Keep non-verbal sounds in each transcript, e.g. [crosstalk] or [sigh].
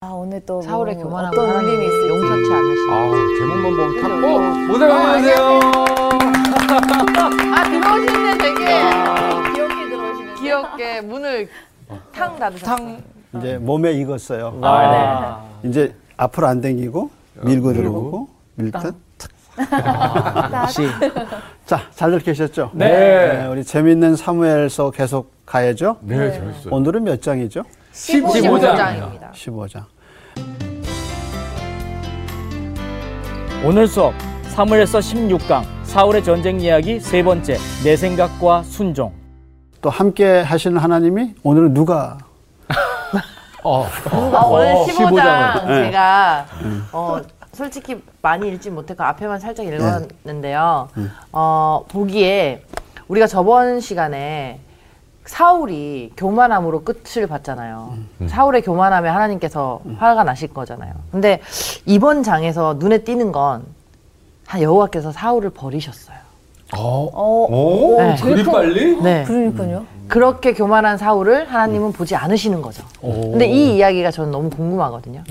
아 오늘 또 사울의 뭐 교만하고 어떤 사랑이 울림이 있을지 용서치 않으시고 아우 제목만 보면 탁. 어 오늘 안녕하세요. 아 들어오시는데 되게 귀엽게 들어오시는데 귀엽게 문을 탕 닫으셨어요 이제 몸에 익었어요. 아, 이제 앞으로 안 당기고 밀고 들어오고 밀듯. 역시 자, 잘들 계셨죠? 아. 네. 우리 재밌는 사무엘서 계속 가야죠. 네, 네 재밌어요. 오늘은 몇 장이죠? 15 장. 15장입니다 15장. 오늘 수업 사무엘서 16강 사울의 전쟁 이야기 세 번째 내 생각과 순종 또 함께 하시는 하나님이 오늘은 누가 어, 아, 오늘 어. 15장, 15장을. 제가 어, 솔직히 많이 읽지 못했고 앞에만 살짝 읽었는데요 어, 보기에 우리가 저번 시간에 사울이 교만함으로 끝을 봤잖아요. 사울의 교만함에 하나님께서 화가 나실 거잖아요. 근데 이번 장에서 눈에 띄는 건 하- 여호와께서 사울을 버리셨어요. 어. 어 오, 네. 그리 빨리? 네. 그러니까요 그렇게 교만한 사울을 하나님은 보지 않으시는 거죠. 근데 이 이야기가 저는 너무 궁금하거든요.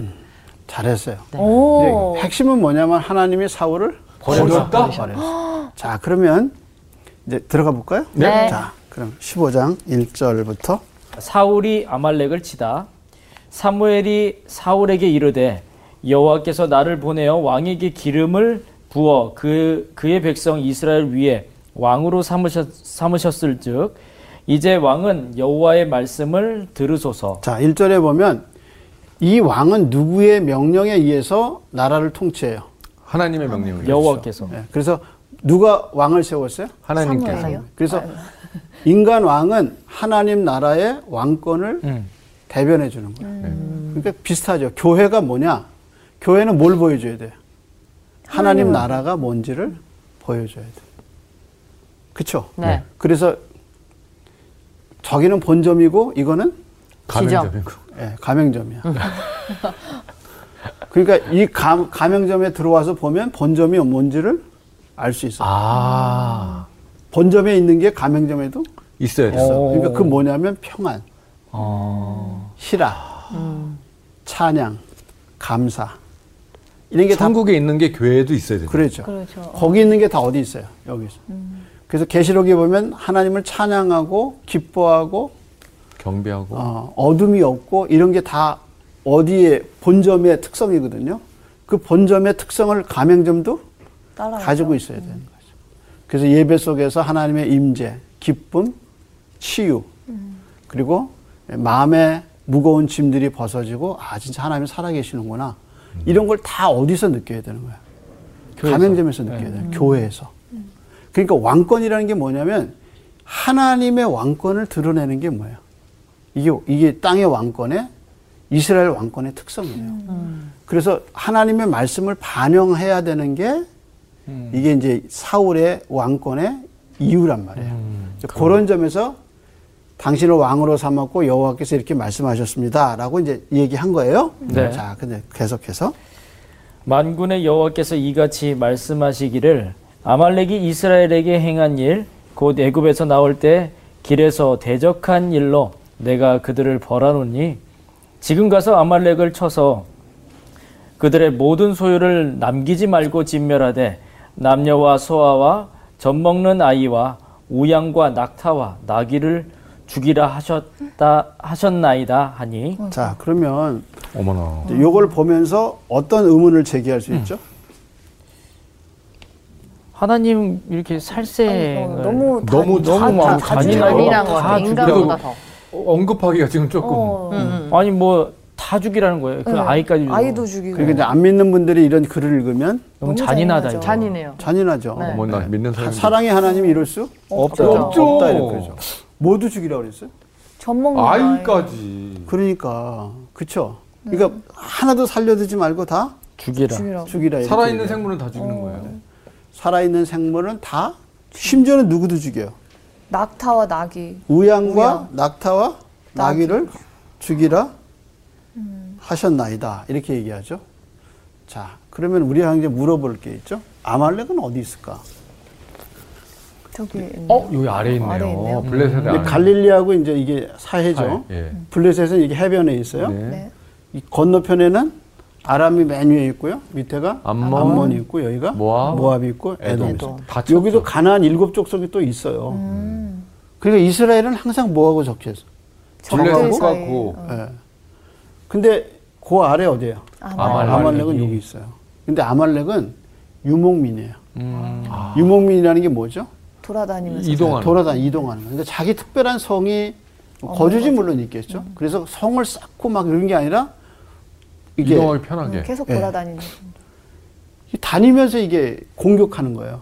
잘했어요. 네. 이제 오 핵심은 뭐냐면 하나님이 사울을 버렸다? 버렸어요. [gasps] 자, 그러면 이제 들어가 볼까요? 네. 자, 그럼 15장 1절부터 사울이 아말렉을 치다 사무엘이 사울에게 이르되 여호와께서 나를 보내어 왕에게 기름을 부어 그 그의 백성 이스라엘 위에 왕으로 삼으셨, 삼으셨을즉 이제 왕은 여호와의 말씀을 들으소서 자, 1절에 보면 이 왕은 누구의 명령에 의해서 나라를 통치해요. 하나님의 명령을. 아, 여호와께서 예, 그래서 누가 왕을 세웠어요? 하나님께서. 사무엘이요? 그래서 [laughs] 인간 왕은 하나님 나라의 왕권을 대변해 주는 거예요. 그러니까 비슷하죠. 교회가 뭐냐? 교회는 뭘 보여줘야 돼요? 하나님 나라가 뭔지를 보여줘야 돼요. 그쵸? 네. 그래서 저기는 본점이고 이거는 가맹점인 거. 예, 가맹점이야. 그러니까 이 가, 가맹점에 들어와서 보면 본점이 뭔지를 알 수 있어. 요 아, 본점에 있는 게 가맹점에도 있어야 있어. 됐어. 그러니까 그 뭐냐면 평안, 어. 희락, 찬양, 감사 이런 게 다 천국에 있는 게 교회에도 있어야 된다. 그렇죠. 그렇죠. 거기 있는 게 다 어디 있어요? 여기서. 그래서 계시록에 보면 하나님을 찬양하고 기뻐하고 경배하고. 어, 어둠이 없고 이런 게 다 어디에 본점의 특성이거든요. 그 본점의 특성을 가맹점도 따라가죠. 가지고 있어야 되는 거죠. 그래서 예배 속에서 하나님의 임재, 기쁨, 치유, 그리고 마음의 무거운 짐들이 벗어지고 아 진짜 하나님이 살아계시는구나 이런 걸 다 어디서 느껴야 되는 거야. 가맹점에서 느껴야 돼요. 교회에서. 그러니까 왕권이라는 게 뭐냐면 하나님의 왕권을 드러내는 게 뭐예요? 이게 이게 땅의 왕권의 이스라엘 왕권의 특성이에요. 그래서 하나님의 말씀을 반영해야 되는 게 이게 이제 사울의 왕권의 이유란 말이에요. 그런 점에서 당신을 왕으로 삼았고 여호와께서 이렇게 말씀하셨습니다라고 이제 얘기한 거예요. 네. 자, 근데 계속해서 만군의 여호와께서 이같이 말씀하시기를 아말렉이 이스라엘에게 행한 일 곧 애굽에서 나올 때 길에서 대적한 일로 내가 그들을 벌하노니 지금 가서 아말렉을 쳐서 그들의 모든 소유를 남기지 말고 진멸하되 남녀와 소아와 젖 먹는 아이와 우양과 낙타와 나귀를 죽이라 하셨다 하셨나이다 하니 어. 자, 그러면 어머나. 이제 요걸 보면서 어떤 의문을 제기할 수 있죠? 하나님 이렇게 살생을 어, 너무 다- 너무 다- 너무 다- 뭐 많고 다 잔인하고 죽여요. 잔인한 것 아, 다뭐 같아. 죽여. 인간보다 더. 어, 언급하기가 지금 조금. 어. 아니 뭐 다 죽이라는 거예요. 그 네. 아이까지 죽이고. 아이도 죽이고 그러니까 이제 안 믿는 분들이 이런 글을 읽으면 너무 너무 잔인하다 이거. 잔인해요. 잔인하죠. 네. 뭐 어머, 나 믿는 사람이. 사랑의 하나님이 이럴 수 없죠. 없죠. 없다 이렇게 그러죠. 모두 죽이라고 그랬어요? 젖먹는 아이까지. 그러니까 그쵸? 그러니까 하나도 살려두지 말고 다 죽이라. 죽이라고 죽이라. 이렇게 살아있는 얘기해요. 생물은 다 어. 죽는 거예요. 살아있는 생물은 다 심지어는 누구도 죽여요. 낙타와 낙이 우양과 우양. 낙타와 나귀. 나귀를 죽이라 음. 하셨나이다. 이렇게 얘기하죠. 자, 그러면 우리가 이제 물어볼 게 있죠. 아말렉은 어디 있을까? 저기 있네. 어, 여기 아래에 있네요. 아래에 있네요. 음. 블레셋의 근데 아래. 예. 갈릴리하고 이제 이게 사해죠. 사해, 예. 블레셋은 이게 해변에 있어요. 네. 네. 이 건너편에는 아람이 맨 위에 있고요. 밑에가 암몬, 암몬, 이 있고 여기가 모압, 모압, 이 있고 에돔. 에돔이 에돔. 있어요. 다 여기도 쳤죠. 가나안 일곱 족속이 또 있어요. 음. 그러니까 이스라엘은 항상 뭐하고 적재했어. 적들 블레셋과 사이에. 고 어. 예. 근데 그 아래 어디예요? 아말렉. 아말렉. 아말렉은 여기 있어요. 근데 아말렉은 유목민이에요. 음, 유목민이라는 게 뭐죠? 돌아다니면서 이동하는 돌아다 이동하는. 거. 그러니까 자기 특별한 성이 거주지 물론 있겠죠. 그래서 성을 쌓고 막 이런 게 아니라 이게 이동을 편하게 음, 계속 예. 돌아다니는. 이 다니면서 이게 공격하는 거예요.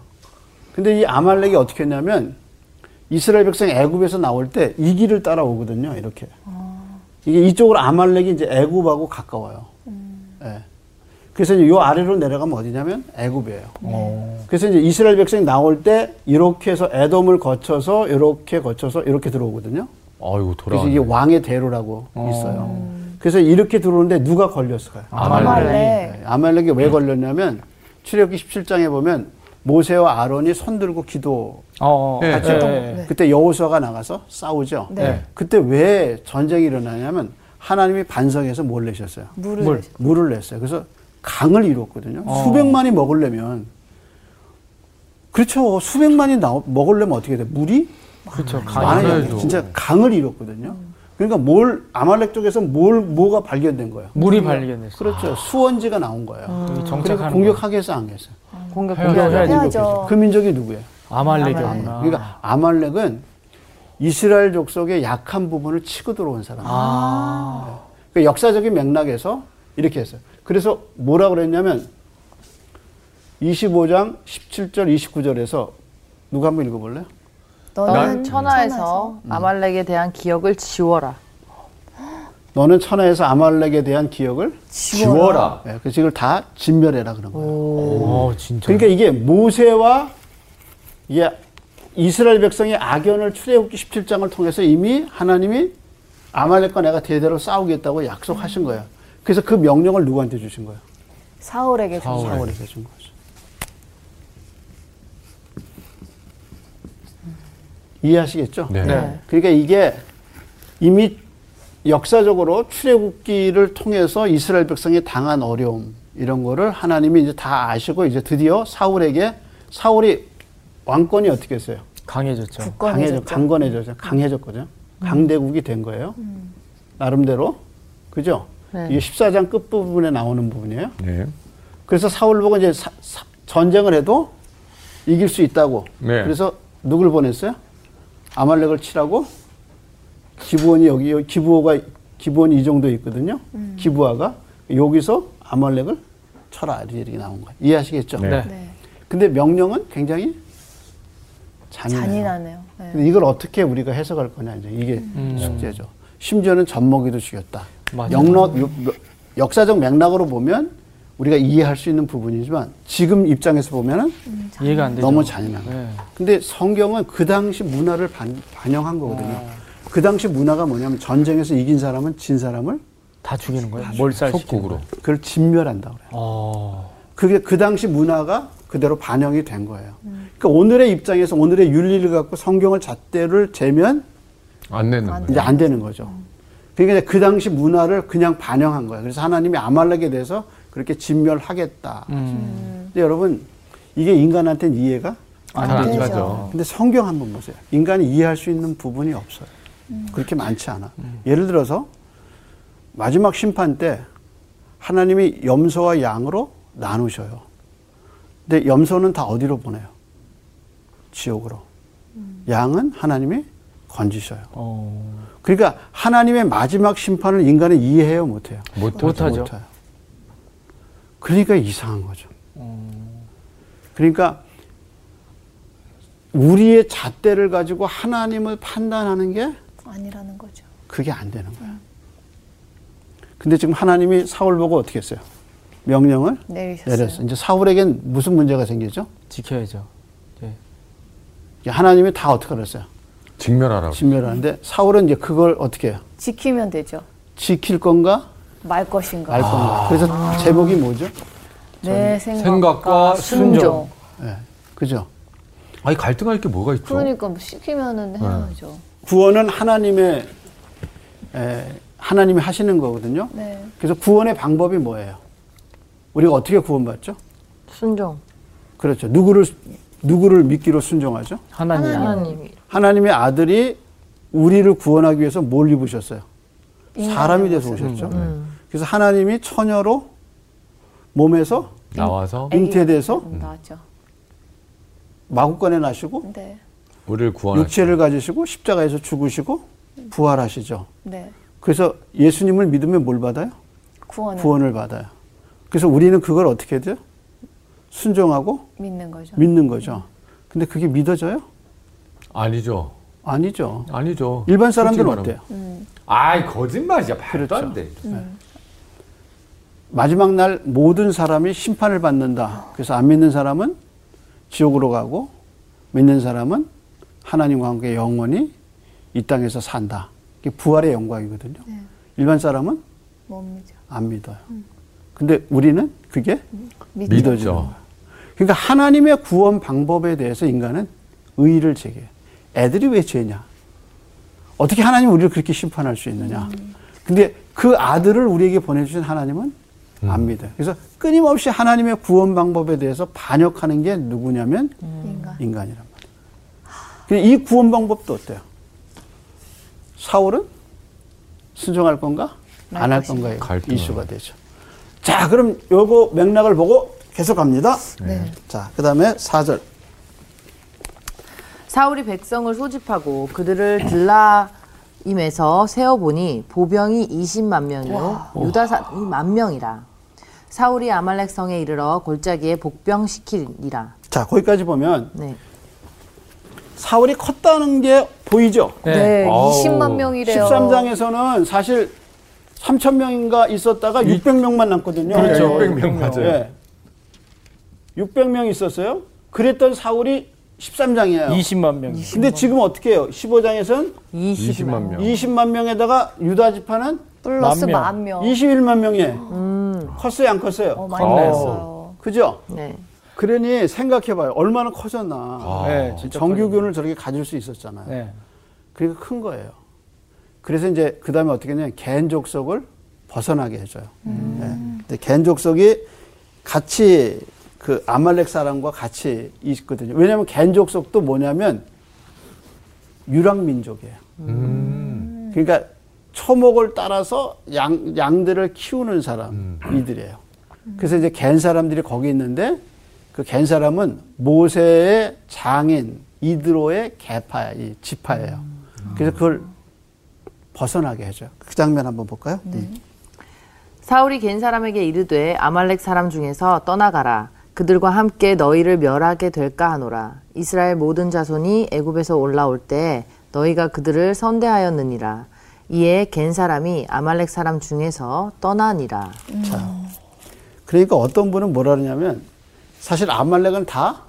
근데 이 아말렉이 어떻게 했냐면 이스라엘 백성 애굽에서 나올 때 이 길을 따라오거든요. 이렇게. 이게 이쪽으로 아말렉이 이제 애굽하고 가까워요. 예. 그래서 이제 요 아래로 내려가면 어디냐면 애굽이에요. 어. 그래서 이제 이스라엘 백성이 나올 때 이렇게 해서 에돔을 거쳐서 이렇게 거쳐서 이렇게 들어오거든요. 아이고 돌아 그래서 이게 왕의 대로라고 어. 있어요. 그래서 이렇게 들어오는데 누가 걸렸을까요? 아말렉. 아말렉. 네, 아말렉이 왜 걸렸냐면 출애굽기 17장에 보면 모세와 아론이 손 들고 기도 어, 예, 같이 예, 했던 예. 거. 네. 그때 여호수아가 나가서 싸우죠. 네. 네. 그때 왜 전쟁이 일어나냐면 하나님이 반성해서 뭘 내셨어요? 물을 물. 물을 냈어요. 그래서 강을 이뤘거든요. 수백만이 먹으려면 그렇죠. 수백만이 나 먹으려면 어떻게 돼? 물이 그렇죠 많아야 네. 돼요. 강해도. 진짜 강을 이뤘거든요. 그러니까 뭘 아말렉 쪽에서 뭘 뭐가 발견된 거예요? 물이 발견됐어. 그렇죠. 수원지가 나온 거예요. 여기 그래서 정착하는 공격하기 위해서 안 했어요. 공격 해야죠. 공격. 해야죠. 해야죠. 그 민족이 누구예요? 아말렉이었구나. 그러니까 아말렉은 이스라엘 족속의 약한 부분을 치고 들어온 사람. 아. 그 역사적인 맥락에서 이렇게 했어요. 그래서 뭐라 그랬냐면 25장 17절 29절에서 누가 한번 읽어볼래요? 너는 너는 천하에서 음. 아말렉에 대한 기억을 지워라. 너는 천하에서 아말렉에 대한 기억을 지워라 네, 그래서 이걸 다 진멸해라 그런 거예요. 오, 어, 진짜. 그러니까 이게 모세와 이게 이스라엘 백성의 악연을 출애굽기 17장을 통해서 이미 하나님이 아말렉과 내가 대대로 싸우겠다고 약속하신 거예요. 그래서 그 명령을 누구한테 주신 거예요? 사울에게 주 사울. 사울에게 준 거죠. 이해하시겠죠? 음. 네. 네. 그러니까 이게 이미 역사적으로 출애굽기를 통해서 이스라엘 백성이 당한 어려움 이런 거를 하나님이 이제 다 아시고 이제 드디어 사울에게 사울이 왕권이 어떻게 했어요? 강해졌죠. 강해져, 강건해져서 강해졌거든요. 강대국이 된 거예요. 나름대로 그죠? 네. 이게 14장 끝 부분에 나오는 부분이에요. 네. 그래서 사울 보고 이제 사- 사- 전쟁을 해도 이길 수 있다고. 네. 그래서 누굴 보냈어요? 아말렉을 치라고. 기부원이 여기 여기 기부호가 기부원이 이 정도 있거든요. 기부하가 여기서 아말렉을 쳐라 이렇게 나온 거예요. 이해하시겠죠? 네. 네. 근데 명령은 굉장히 잔인해요. 잔인하네요. 네. 근데 이걸 어떻게 우리가 해석할 거냐 이제 이게 숙제죠. 심지어는 젖먹이도 죽였다. 음. 맞아요. 영락 역- 역사적 맥락으로 보면 우리가 이해할 수 있는 부분이지만 지금 입장에서 보면은 이해가 안 되죠. 너무 잔인한 거예요. 음. 네. 근데 성경은 그 당시 문화를 반, 영한 거거든요. 아. 그 당시 문화가 뭐냐면 전쟁에서 이긴 사람은 진 사람을 다 죽이는 거예요. 몰살 속국으로 그걸 진멸한다 그래요. 어. 그게 그 당시 문화가 그대로 반영이 된 거예요. 음. 그러니까 오늘의 입장에서 오늘의 윤리를 갖고 성경을 잣대를 재면 안 내는 안 거예요 이제 안 되는 거죠. 그러니까 이제 그 당시 문화를 그냥 반영한 거예요. 그래서 하나님이 아말렉에 대해서 그렇게 진멸하겠다. 근데 여러분 이게 인간한테는 이해가? 잘안 되죠. 어. 가죠 근데 성경 한번 보세요. 인간이 이해할 수 있는 부분이 없어요. 그렇게 많지 않아. 예를 들어서 마지막 심판 때 하나님이 염소와 양으로 나누셔요. 근데 염소는 다 어디로 보내요? 지옥으로. 양은 하나님이 건지셔요. 어. 그러니까 하나님의 마지막 심판을 인간은 이해해요 못해요. 못하죠. 못해요. 그러니까 이상한 거죠. 그러니까 우리의 잣대를 가지고 하나님을 판단하는 게 아니라는 거죠. 그게 안 되는 거예요. 근데 지금 하나님이 사울 보고 어떻게 했어요? 명령을 네, 내리셨어요. 내렸어. 이제 사울에겐 무슨 문제가 생기죠? 지켜야죠. 네. 이제 하나님이 다 어떻게 알았어요? 직면하라고 진멸하는데 사울은 이제 그걸 어떻게 해요? 지키면 되죠. 지킬 건가 말 것인가. 말 건가? 그래서 제목이 뭐죠? 내 생각과 생각과 순종. 예, 그죠? 아니 갈등할 게 뭐가 있죠 그러니까 뭐 시키면은 해야죠. 구원은 예, 하나님의 에, 하나님이 하시는 거거든요. 네. 그래서 구원의 방법이 뭐예요? 우리가 어떻게 구원받죠? 순종. 그렇죠. 누구를 누구를 믿기로 순종하죠? 하나님. 음. 하나님이 하나님의 아들이 우리를 구원하기 위해서 뭘 입으셨어요? 사람이 돼서 오셨죠. 네. 그래서 하나님이 처녀로 몸에서 나와서 잉태돼서 음, 나왔죠. 마구간에 나시고 네. 우리를 음. 구원하시 육체를 가지시고 십자가에서 죽으시고 부활하시죠. 네. 그래서 예수님을 믿으면 뭘 받아요? 구원을 구원을 받아요. 그래서 우리는 그걸 어떻게 해야 돼요? 순종하고 믿는 거죠. 믿는 거죠. 근데 그게 믿어져요? 아니죠. 아니죠. 아니죠. 일반 사람들은 솔직히 어때요? 그렇죠. 말하면. 아이 거짓말이야. 말도 안 돼. 마지막 날 모든 사람이 심판을 받는다. 그래서 안 믿는 사람은 지옥으로 가고 믿는 사람은 하나님과 함께 영원히 이 땅에서 산다. 이게 부활의 영광이거든요. 일반 사람은 못 믿죠. 안 믿어요. 근데 우리는 그게 믿- 믿어지는 거예요. 그러니까 하나님의 구원 방법에 대해서 인간은 의의를 제기해. 애들이 왜 죄냐? 어떻게 하나님 우리를 그렇게 심판할 수 있느냐? 근데 그 아들을 우리에게 보내주신 하나님은 안 믿어요. 그래서 끊임없이 하나님의 구원 방법에 대해서 반역하는 게 누구냐면 음. 인간. 인간이란 말이에요. 근데 이 구원 방법도 어때요? 사울은 순종할 건가? 안 할 건가의 갈등을. 이슈가 되죠. 자, 그럼 요거 맥락을 보고 계속 갑니다. 네. 자, 그 다음에 4절. 사울이 백성을 소집하고 그들을 들라임에서 세어보니 보병이 20만 명이요 유다 사람이 만 명이라 사울이 아말렉 성에 이르러 골짜기에 복병시키니라. 자, 거기까지 보면 네. 사울이 컸다는 게 보이죠? 네. 아우. 20만 명이래요. 13장에서는 사실 3,000명인가 있었다가 600명만 남거든요. 그렇죠. 예. 600명 맞아요. 예. 600명 있었어요. 그랬던 사울이 13장이에요. 20만 명. 근데 지금 어떻게 해요? 15장에서는 20만 명. 20만 명에다가 유다 지파는 플러스 만 만 명. 21만 명이에요. 컸어요, 안 컸어요? 어, 많이 아우. 늘었어요. 그죠? 네. 그러니 생각해봐요. 얼마나 커졌나. 네, 진짜 정규군을 저렇게 가질 수 있었잖아요. 네. 그러니까 큰 거예요. 그래서 이제 그 다음에 어떻게 했냐면 개인 족속을 벗어나게 해줘요. 예. 근데 개인 족속이 같이 그 아말렉 사람과 같이 있거든요. 왜냐하면 개인 족속도 뭐냐면 유랑 민족이에요. 그러니까 초목을 따라서 양, 양들을 키우는 사람 이들이에요. 그래서 이제 갠 사람들이 거기 있는데 그 갠 사람은 모세의 장인 이드로의 개파 이 지파예요. 그래서 그걸 벗어나게 해줘요. 그 장면 한번 볼까요? 음. 사울이 겐 사람에게 이르되 아말렉 사람 중에서 떠나가라 그들과 함께 너희를 멸하게 될까 하노라 이스라엘 모든 자손이 애굽에서 올라올 때 너희가 그들을 선대하였느니라 이에 겐 사람이 아말렉 사람 중에서 떠나니라 그러니까 어떤 분은 뭐라 그러냐면 사실 아말렉은 다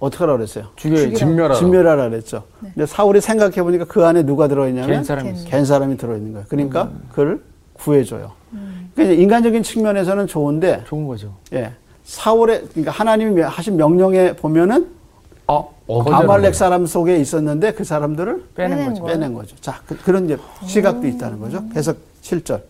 어떻게 하라 그랬어요? 죽여 진멸하라. 진멸하라 그랬죠. 네. 근데 사울이 생각해 보니까 그 안에 누가 들어있냐면 개인 사람이 있어요. 음. 갠 사람이 들어있는 거예요. 그러니까 그를 구해줘요. 음. 그러니까 인간적인 측면에서는 좋은데 좋은 거죠. 예. 사울의 그러니까 하나님이 하신 명령에 보면은 아, 어거지라는 아말렉 거예요. 사람 속에 있었는데 그 사람들을 빼낸 빼낸 음. 거죠. 거예요. 빼낸 거죠. 자, 그, 런 이제 시각도 있다는 거죠. 그래서 7절.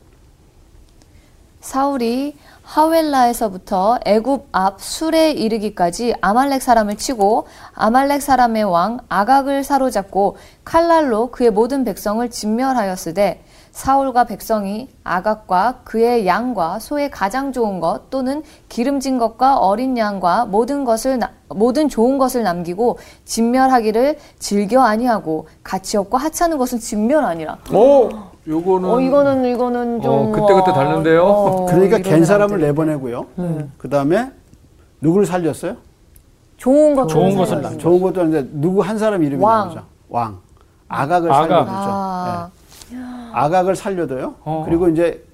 사울이 하웰라에서부터 애굽 앞 술에 이르기까지 아말렉 사람을 치고 아말렉 사람의 왕 아각을 사로잡고 칼날로 그의 모든 백성을 진멸하였으되 사울과 백성이 아각과 그의 양과 소의 가장 좋은 것 또는 기름진 것과 어린 양과 모든 것을 나- 모든 좋은 것을 남기고 진멸하기를 즐겨 아니하고 가치 없고 하찮은 것은 진멸하니라. 오, 요거는 어, 이거는, 이거는 좀. 음. 어, 그때그때 와, 다른데요? 어, [laughs] 그러니까 이런 네. 갠 사람을 사람들. 내보내고요. 그 다음에 누구를 살렸어요? 좋은 것 좋은 것을 남 좋은 것도 아닌데 누구 한 사람 이름이 왕. 나오죠. 왕. 아각을 아각. 살려주죠. 아, 예. 아각을 살려둬요. 어. 그리고 이제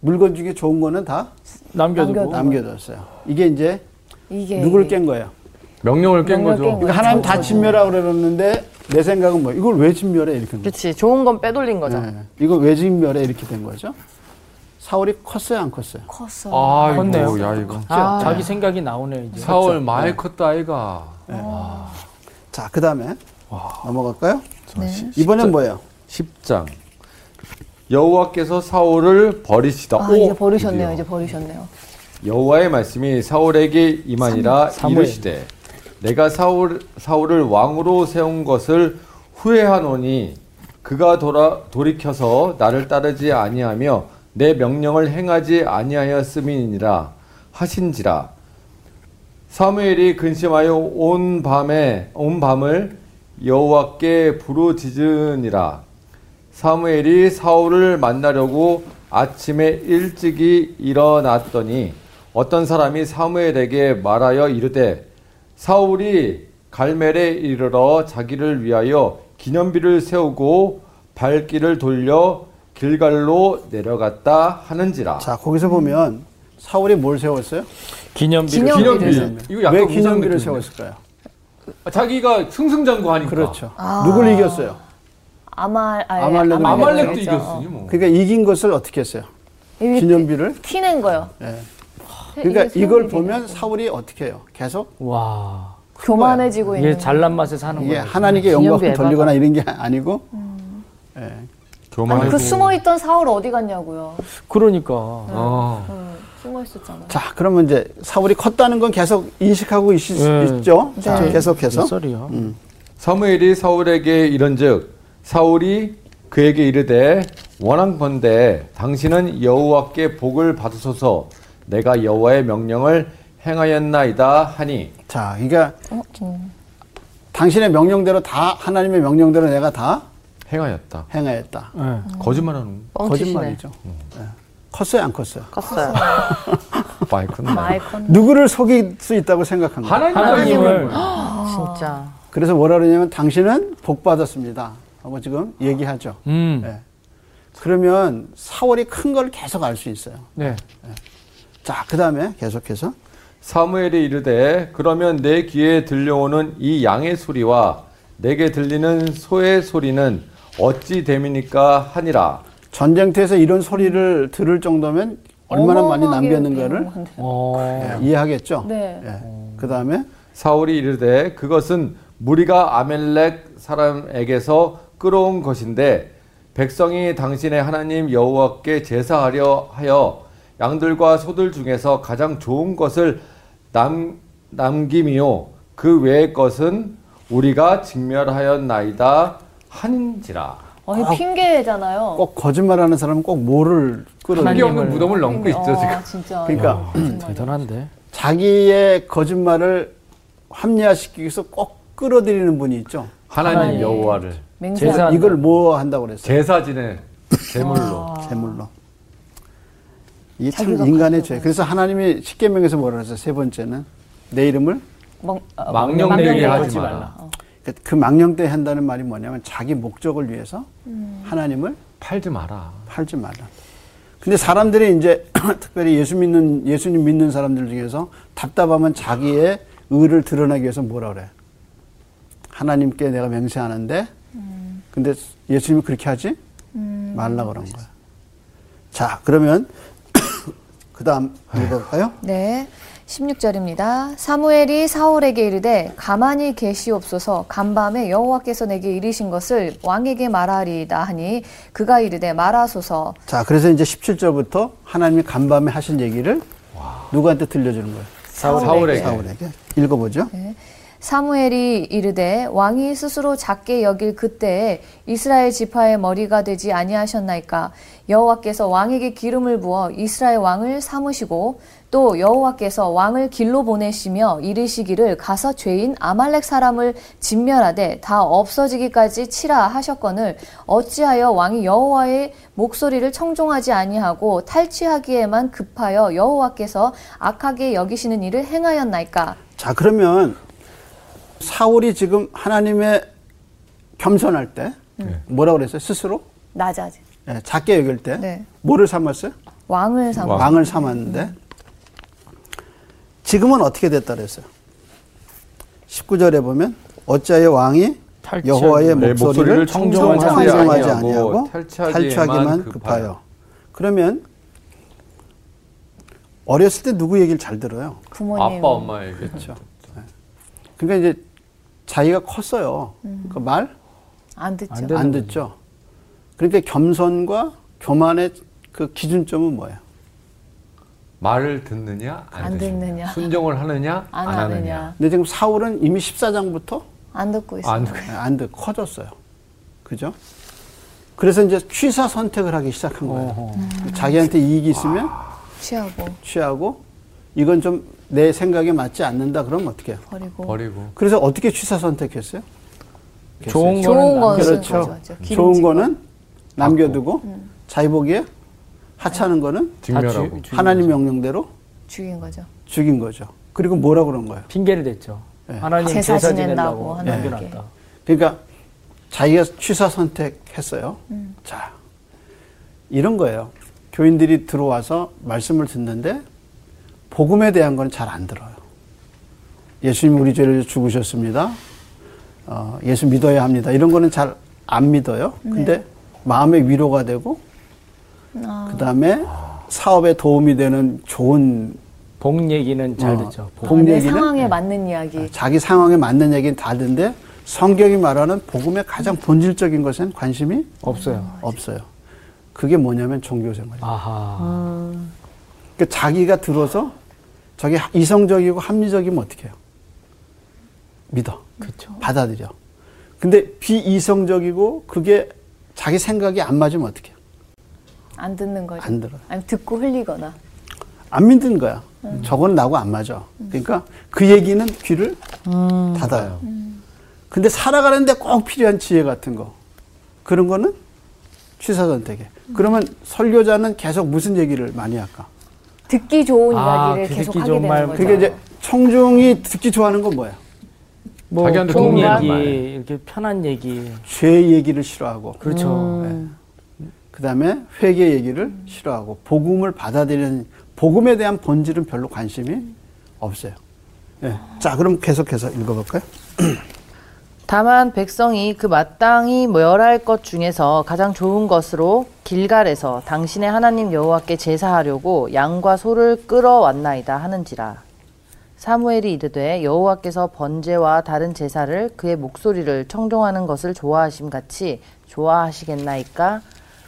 물건 중에 좋은 거는 다 남겨두고. 남겨두고. 남겨뒀어요. 이게 이제 이게 누굴 깬 거예요? 명령을 깬 명령을 거죠. 깬 거예요. 그러니까 하나님 다 진멸하고 그러는데 내 생각은 뭐 이걸 왜 진멸해 이렇게 된 그렇지 좋은 건 빼돌린 거죠 거죠. 네. 이걸 왜 진멸해 이렇게 된 거죠. 사울이 컸어요 안 컸어요? 컸어. 아, 컸네요. 이거 야 이거. 아, 자기 생각이 나오네요. 이제. 사월 많이 컸다 아이가. 자 그다음에 넘어갈까요? 이번엔 뭐예요? 10장. 여호와께서 사울을 버리시다. 아, 오, 이제 버리셨네요. 드디어. 이제 버리셨네요. 여호와의 말씀이 사울에게 임하니라 이르시되 내가 사울 사울을 왕으로 세운 것을 후회하노니 그가 돌아 돌이켜서 나를 따르지 아니하며 내 명령을 행하지 아니하였음이니라 하신지라 사무엘이 근심하여 온 밤에 온 밤을 여호와께 부르짖으니라 사무엘이 사울을 만나려고 아침에 일찍이 일어났더니 어떤 사람이 사무엘에게 말하여 이르되 사울이 갈멜에 이르러 자기를 위하여 기념비를 세우고 발길을 돌려 길갈로 내려갔다 하는지라 자, 거기서 보면 사울이 뭘 세웠어요? 기념비를 기념- 기념비. 기념비. 이거 약간 왜 우상 기념비를 느낌이네. 세웠을까요? 아, 자기가 승승장구하니까. 그렇죠. 누굴 이겼어요? 아말 아, 아말렉을 아말렉도 그랬죠. 이겼으니 뭐. 그러니까 이긴 것을 어떻게 했어요? 이게 기념비를. 티낸 거요. 예. 이게 그러니까 이걸 소용이 보면 사울이 어떻게 해요? 계속 와 교만해지고 있는. 이게 잘난 맛에 사는 예. 이게 거예요. 하나님께 기념비 영광을 에바다. 돌리거나 이런 게 아니고 예. 아니, 교만하고 그 숨어 있던 사울 어디 갔냐고요. 그러니까 어. 음, 숨어 있었잖아요. 자, 그러면 이제 사울이 컸다는 건 계속 인식하고 있, 예. 죠 자, 네. 계속해서. 몇 살이야? 음. 사무엘이 사울에게 이른즉 사울이 그에게 이르되 원한건대 당신은 여호와께 복을 받으소서 내가 여호와의 명령을 행하였나이다 하니 자, 그러니까 당신의 명령대로 다 하나님의 명령대로 내가 다 행하였다 행하였다. 예. 거짓말하는 뻥치시네. 거짓말이죠. 예. 컸어요, 안 컸어요? 컸어요. 마이크는 아, 마이콘. 누구를 속일 수 있다고 생각한 거예요. 하나님 하나님을 진짜. 그래서 뭐라 그러냐면 당신은 복 받았습니다. 하고 지금 얘기하죠. 음. 예. 그러면 사월이 큰 걸 계속 알 수 있어요. 예. 네. 자, 그 다음에 계속해서 사무엘이 이르되 그러면 내 귀에 들려오는 이 양의 소리와 내게 들리는 소의 소리는 어찌 됨이니까 하니라 전쟁터에서 이런 소리를 들을 정도면 얼마나 많이 어마어마하게 뭐 남겼는가를 이런 건데. 어. 예, 이해하겠죠. 네. 그 다음에 사울이 이르되 그것은 무리가 아멜렉 사람에게서 끌어온 것인데 백성이 당신의 하나님 여호와께 제사하려 하여 양들과 소들 중에서 가장 좋은 것을 남, 남김이요 그 외의 것은 우리가 직멸하였나이다 하는지라 아니 어, 핑계잖아요. 꼭 거짓말하는 사람은 꼭 뭐를 끌어요. 한계 없는 무덤을 넘고 있죠 어. 지금. 아, 진짜. 그러니까 [clears throat] 대단한데. 자기의 거짓말을 합리화시키기 위해서 꼭 끌어들이는 분이 있죠. [laughs] 하나님, 여호와를 맹세. 제사 이걸 뭐 한다고 그랬어요? 제사진의 제물로 아, 제물로. 이게 참 인간의 죄. 그래서 하나님이 십계명에서 뭐라 그랬어요? 세 번째는 내 이름을 멍, 아, 망령 내게 하지 마라 그- 그 망령 때 한다는 말이 뭐냐면 자기 목적을 위해서 하나님을 팔지 마라 팔지 말라. 근데 사람들이 이제 [clears throat] 특별히 예수 믿는 예수님 믿는 사람들 중에서 답답하면 자기의 의를 드러내기 위해서 뭐라 그래? 하나님께 내가 맹세하는데 근데 예수님이 그렇게 하지 말라 그런 거야. 자, 그러면 [clears throat] 그다음 읽어볼까요? 네. 16절입니다. 사무엘이 사울에게 이르되 가만히 계시옵소서 간밤에 여호와께서 내게 이르신 것을 왕에게 말하리이다 하니 그가 이르되 말하소서 자, 그래서 이제 17절부터 하나님이 간밤에 하신 얘기를 누구한테 들려주는 거예요? 사울에게, 사울에게 읽어보죠. 네. 사무엘이 이르되 왕이 스스로 작게 여길 그때에 이스라엘 지파의 머리가 되지 아니하셨나이까 여호와께서 왕에게 기름을 부어 이스라엘 왕을 삼으시고 또 여호와께서 왕을 길로 보내시며 이르시기를 가서 죄인 아말렉 사람을 진멸하되 다 없어지기까지 치라 하셨거늘 어찌하여 왕이 여호와의 목소리를 청종하지 아니하고 탈취하기에만 급하여 여호와께서 악하게 여기시는 일을 행하였나이까 자, 그러면 사울이 지금 하나님의 겸손할 때 뭐라고 그랬어요? 스스로? 낮아지. 예, 작게 여길 때 네. 뭐를 삼았어요? 왕을 삼고 왕을 삼았는데 지금은 어떻게 됐다 그랬어요? 19절에 보면 어찌하여 왕이 탈취하기 여호와의 내 목소리를 목소리를 청종하지 청종하지 아니하고, 아니하고 탈취하기만 탈취하기만 급하여. 급하여. 그러면 어렸을 때 누구 얘기를 잘 들어요? 부모님. 아빠 엄마 얘기. 그렇죠. 네. 그러니까 이제 자기가 음. 컸어요. 그 말 안 안 듣죠. 안 듣는 듣죠. 그러니까 겸손과 교만의 그 기준점은 뭐예요? 말을 듣느냐 안, 안 듣느냐. 순종을 하느냐 안, 안 하느냐. 하느냐. 근데 지금 사울은 이미 14장부터 안 듣고 있어요. 안 안 돼, 커졌어요. 그죠? 그래서 이제 취사 선택을 하기 시작한 거예요. 음. 자기한테 이익이 있으면 취하고 취하고 이건 좀 내 생각에 맞지 않는다 그러면 어떻게 해요? 버리고 [laughs] 버리고 그래서 어떻게 취사 선택했어요? 좋은 거는 좋은 남- 거는 그렇죠. 가져왔죠. 좋은 기름진 거. 음. 거는 남겨두고 자기 보기에 하찮은 거는 직멸하고 주- 하나님 명령대로 죽인 거죠. 죽인 거죠. 그리고 뭐라 그런 거예요? 핑계를 댔죠. 네. 하나님 제사 제사, 지낸다고 지낸다고 하나님께. 남겨놨다. 그러니까 자기가 취사 선택했어요. 자, 이런 거예요. 교인들이 들어와서 말씀을 듣는데 복음에 대한 건 잘 안 들어요. 예수님 우리 죄를 위해서 죽으셨습니다. 어, 예수 믿어야 합니다. 이런 거는 잘 안 믿어요. 근데 마음의 위로가 되고 그 다음에 사업에 도움이 되는 좋은 복 얘기는 잘 어. 듣죠. 복. 복 내 얘기는 네. 상황에 맞는 이야기. 자기 상황에 맞는 얘기는 다른데 성경이 말하는 복음의 가장 본질적인 것엔 관심이 없어요. 없어요. 그게 뭐냐면 종교생활이에요. 아하. 그 자기가 들어서 저게 하- 이성적이고 합리적이면 어떻게 해요? 믿어. 받아들여. 근데 비이성적이고 그게 자기 생각이 안 맞으면 어떻게 해요? 안 듣는 거죠. 안 들어요. 아니면 듣고 흘리거나. 안 믿는 거야. 저건 나하고 안 맞아. 그러니까 그 얘기는 귀를 닫아요. 근데 살아가는데 꼭 필요한 지혜 같은 거. 그런 거는 취사선택에. 그러면 설교자는 계속 무슨 얘기를 많이 할까? 듣기 좋은 아, 이야기를 그 계속 듣기 하게 좋은 되는 말. 거죠. 그게 이제 청중이 듣기 좋아하는 건 뭐야? 뭐 자기한테 좋은 도움이 되는 얘기, 말. 이렇게 편한 얘기. 죄 얘기를 싫어하고 그렇죠. 음. 그다음에 회개 얘기를 싫어하고 복음을 받아들이는 복음에 대한 본질은 별로 관심이 없어요. 예. 자, 그럼 계속해서 읽어 볼까요? 다만 백성이 그 마땅히 멸할 것 중에서 가장 좋은 것으로 길갈에서 당신의 하나님 여호와께 제사하려고 양과 소를 끌어왔나이다 하는지라 사무엘이 이르되 여호와께서 번제와 다른 제사를 그의 목소리를 청종하는 것을 좋아하심 같이 좋아하시겠나이까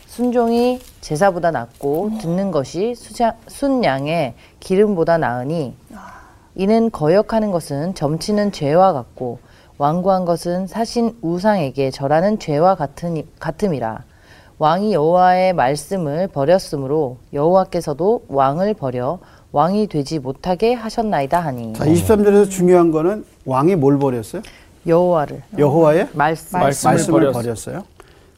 순종이 제사보다 낫고 듣는 것이 수자, 순양의 기름보다 나으니 이는 거역하는 것은 점치는 죄와 같고 완고한 것은 사신 우상에게 절하는 죄와 같으니, 같음이라 왕이 여호와의 말씀을 버렸으므로 여호와께서도 왕을 버려 왕이 되지 못하게 하셨나이다 하니 자, 23절에서 중요한 거는 왕이 뭘 버렸어요? 여호와를 여호와의 말씀 말씀을 말씀을 버렸어요. 버렸어요.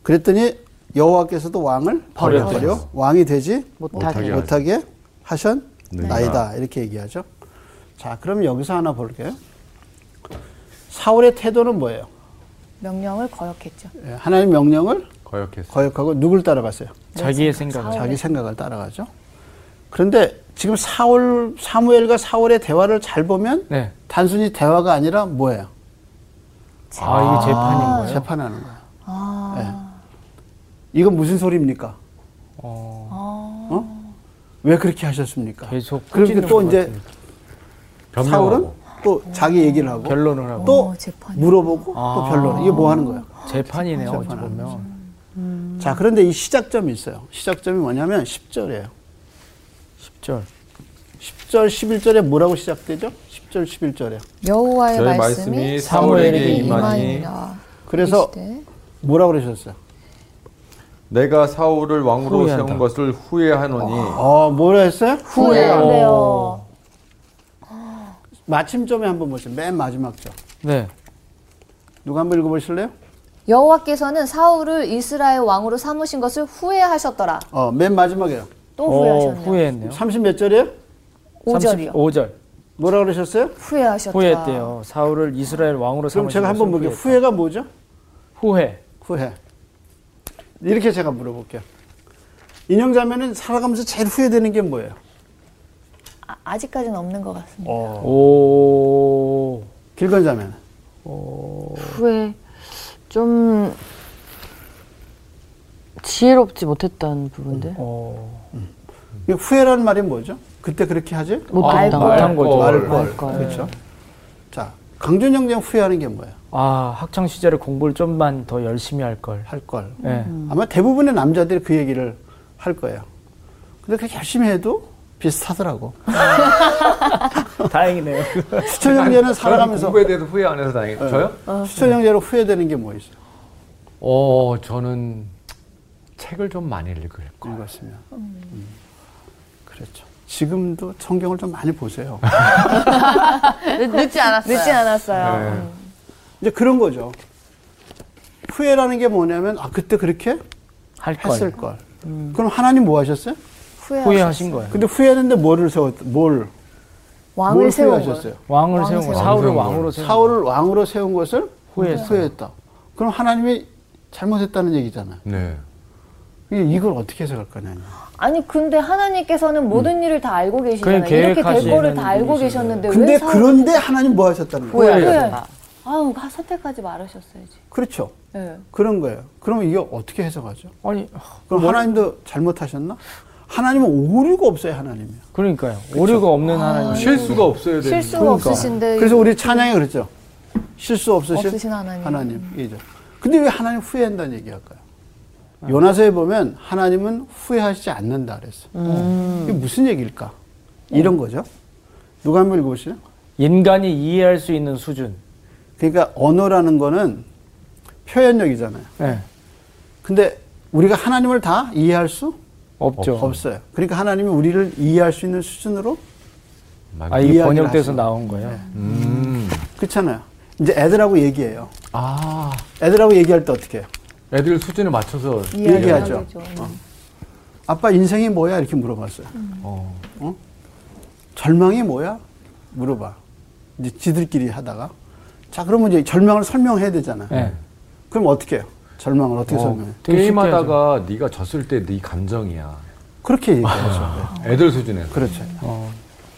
그랬더니 여호와께서도 왕을 버려 버렸죠. 버려 왕이 되지 못하게 네. 못하게 하셨나이다 이렇게 얘기하죠. 자, 그럼 여기서 하나 볼게요. 사울의 태도는 뭐예요? 명령을 거역했죠. 예, 하나님 명령을 거역했어. 거역하고 누굴 따라갔어요? 자기의 생각. 자기 생각을 따라가죠. 그런데 지금 사울 사무엘과 사울의 대화를 잘 보면 네. 단순히 대화가 아니라 뭐예요? 아, 이게 재판인 거예요. 재판하는 거예요. 예. 이건 무슨 소리입니까? 어? 왜 그렇게 하셨습니까? 계속 그렇게 또 꾸짖는 것 이제 사울은 또 자기 얘기를 하고 변론을 하고. 또 어, 재판이. 물어보고 또 변론. 이게 뭐 하는 거예요? 아, 재판이네요. 어찌 보면. 자, 그런데 이 시작점이 있어요. 시작점이 뭐냐면 10절이에요. 10절. 10절, 11절에 뭐라고 시작되죠? 10절, 11절에. 여호와의 저의 말씀이 말씀이 사무엘에게 사무엘에게 임하니 임하니라. 그래서 이르시되 뭐라고 그러셨어요? 내가 사울을 왕으로 후회한다. 세운 것을 후회하노니 어, 뭐라 했어요? 어. 후회요. 마침점에 한번 보세요. 맨 마지막 점. 네. 누가 한번 읽어보실래요? 여호와께서는 사울을 이스라엘 왕으로 삼으신 것을 후회하셨더라. 어, 맨 마지막이에요. 또 후회하셨네요. 어, 후회했네요. 30 몇 절이에요? 5절이요. 5절. 뭐라 그러셨어요? 후회하셨다. 후회했대요. 사울을 이스라엘 왕으로 삼으신 그럼 제가 한번 것을 물어볼게요. 후회가 뭐죠? 후회. 후회. 이렇게 제가 물어볼게요. 인형자매는 살아가면서 제일 후회되는 게 뭐예요? 아, 아직까지는 없는 것 같습니다. 어. 오. 길건자매는? 후에 좀 지혜롭지 못했던 부분들 오. 이 후회라는 말이 뭐죠? 그때 그렇게 하지? 못했던 아, 거 못한 거죠. 말 말 걸. 걸. 그렇죠. 자, 강준영 장 후회하는 게 뭐예요? 아, 학창 시절에 공부를 좀만 더 열심히 할 걸. 할 걸. 예. 아마 대부분의 남자들이 그 얘기를 할 거예요. 근데 그렇게 열심히 해도 비슷하더라고. [laughs] 다행이네요. 수천 형제는 살아가면서 공부에 대해서 네. 후회 안 해서 다행이에요. 저요? 수천 형제로 후회되는 게 뭐 있어요? 어, 저는 책을 좀 많이 읽을 거. 읽었으면. 음. 그렇죠. 지금도 성경을 좀 많이 보세요. [laughs] 늦지 않았어요. 늦지 않았어요. 네. 이제 그런 거죠. 후회라는 게 뭐냐면 아 그때 그렇게 할 했을 걸. 걸. 그럼 하나님 뭐 하셨어요? 후회하신 거예요. 근데 후회했는데 뭐를 세웠 뭘, 뭘 왕을 세운 거. 후회하셨어요? 왕을 세운 세운 거. 사울을 거예요. 왕으로 세운 거. 사울을 왕으로 세운 것을 후회했어요. 후회했다. 그럼 하나님이 잘못했다는 얘기잖아요. 네. 이게 이걸 어떻게 해석할 거냐는. 아니 근데 하나님께서는 모든 일을 다 알고 계시잖아요. 음. 그냥 이렇게 될 계획하시는 거를 다 알고 분이시네. 계셨는데 근데 왜 사울- 그런데 하나님 뭐 하셨다는 거예요? 후회하셨다. 아우 선택하지 말으셨어야지. 그렇죠. 네. 그런 거예요. 그러면 이게 어떻게 해석하죠? 아니 그럼 하나님도 잘못하셨나? 하나님은 오류가 없어요, 하나님이요. 그러니까요. 오류가 없는 하나님. 실수가 없어야 되는. 실수가 없으신데 그러니까 그래서 우리 찬양이 그랬죠. 실수 없으신, 없으신 하나님. 이죠. 근데 왜 하나님 후회한다는 얘기할까요? 요나서에 보면 하나님은 후회하시지 않는다 그랬어요. 이게 무슨 얘기일까? 이런 거죠. 누가 한번 읽어보시나요? 아. 인간이 이해할 수 있는 수준. 그러니까 언어라는 거는 표현력이잖아요. 예. 근데 우리가 하나님을 다 이해할 수 없죠. 없어요. 그러니까 하나님이 우리를 이해할 수 있는 수준으로 아, 이게 이야기를 번역돼서 하시는 나온 거예요. 네. 음. 그렇잖아요. 이제 애들하고 얘기해요. 아, 애들하고 얘기할 때 어떻게 해요? 애들 수준에 맞춰서 얘기하죠. 어. 음, 아빠 인생이 뭐야? 이렇게 물어봤어요. 어. 어? 절망이 뭐야? 물어봐. 이제 지들끼리 하다가. 자, 그러면 이제 절망을 설명해야 되잖아요. 네. 그럼 어떻게 해요? 절망을 어떻게 어, 설명해요? 되게 쉽게 게임하다가 네가 졌을 때 네 감정이야. 그렇게 얘기하죠. 네. 애들 수준에서. 그렇죠.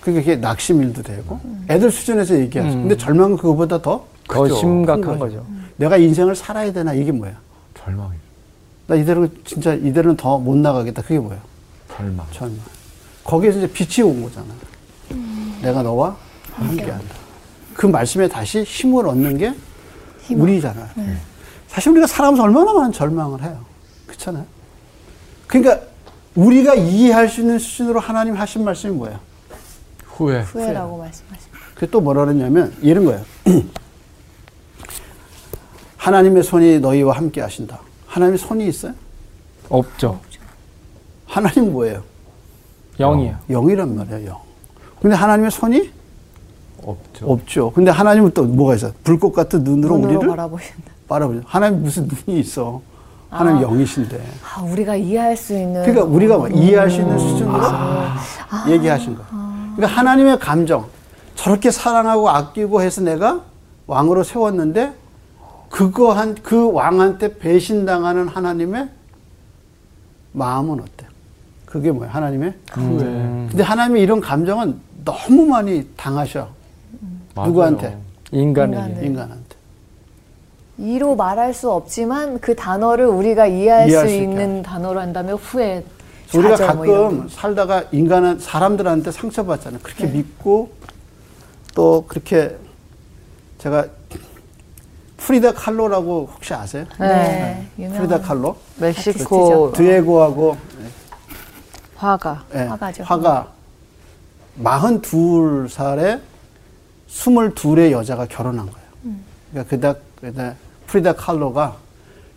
그러니까 이게 낙심일도 되고, 애들 수준에서 얘기하죠. 근데 절망은 그거보다 더 더 그죠. 심각한 거죠. 내가 인생을 살아야 되나? 이게 뭐야? 절망이. 나 이대로 진짜 이대로는 더 못 나가겠다. 그게 뭐야? 절망. 절망. 거기에서 이제 빛이 온 거잖아. 내가 너와 함께한다. 그 말씀에 다시 힘을 얻는 게 우리잖아요. 사실 우리가 살아가면서 얼마나 많은 절망을 해요. 그렇잖아요. 그러니까 우리가 이해할 수 있는 수준으로 하나님 하신 말씀이 뭐예요? 후회. 후회라고 말씀하십니다. 그게 또 뭐라 그러냐면 이런 거예요. [clears throat] 하나님의 손이 너희와 함께 하신다. 하나님의 손이 있어요? 없죠. 하나님 뭐예요? 영이에요. 영이란 말이에요, 영. 근데 하나님의 손이 없죠. 없죠. 근데 하나님은 또 뭐가 있어? 불꽃 같은 눈으로, 눈으로 우리를 바라보신다. 바라보죠. 하나님 무슨 눈이 있어? 하나님 영이신데. 아 우리가 이해할 수 있는. 그러니까 우리가 뭐 이해할 수 있는 수준으로 얘기하신 거예요. 그러니까 하나님의 감정, 저렇게 사랑하고 아끼고 해서 내가 왕으로 세웠는데 그거 한 그 왕한테 배신당하는 하나님의 마음은 어때? 요 그게 뭐예요? 하나님의 후회. 근데 하나님의 이런 감정은 너무 많이 당하셔. 맞아요. 누구한테? 인간에게. 인간한테. 이로 말할 수 없지만 그 단어를 우리가 이해할, 이해할 수 수 있게. 있는 단어로 한다면 후회. 그래서 우리가 좌절 뭐 이런 네. 가끔 살다가 인간은 사람들한테 상처받잖아요. 그렇게 믿고 또 그렇게 제가 프리다 칼로라고 혹시 아세요? 네, 유명한 프리다 칼로 멕시코 드에고하고 화가. 예, 화가죠. 화가 42살에 22의 여자가 결혼한 거예요. 음. 그러니까 그닥, 그닥 프리다 칼로가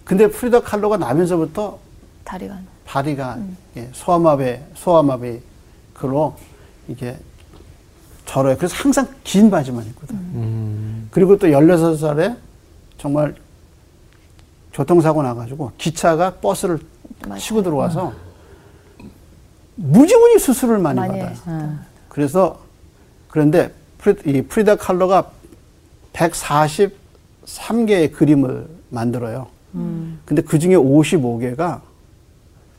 근데 프리다 칼로가 나면서부터 다리가. 다리가 예, 소아마비 소아마비 그로 이게 절어요. 그래서 항상 긴 바지만 입거든. 그리고 또 16살에 정말 교통사고 나가지고 기차가 버스를 치고 들어와서 무지문이 수술을 많이, 많이 받아요. 하셨다. 그래서 그런데 프리, 이 프리다 칼로가 143개의 그림을 만들어요. 근데 그 중에 55개가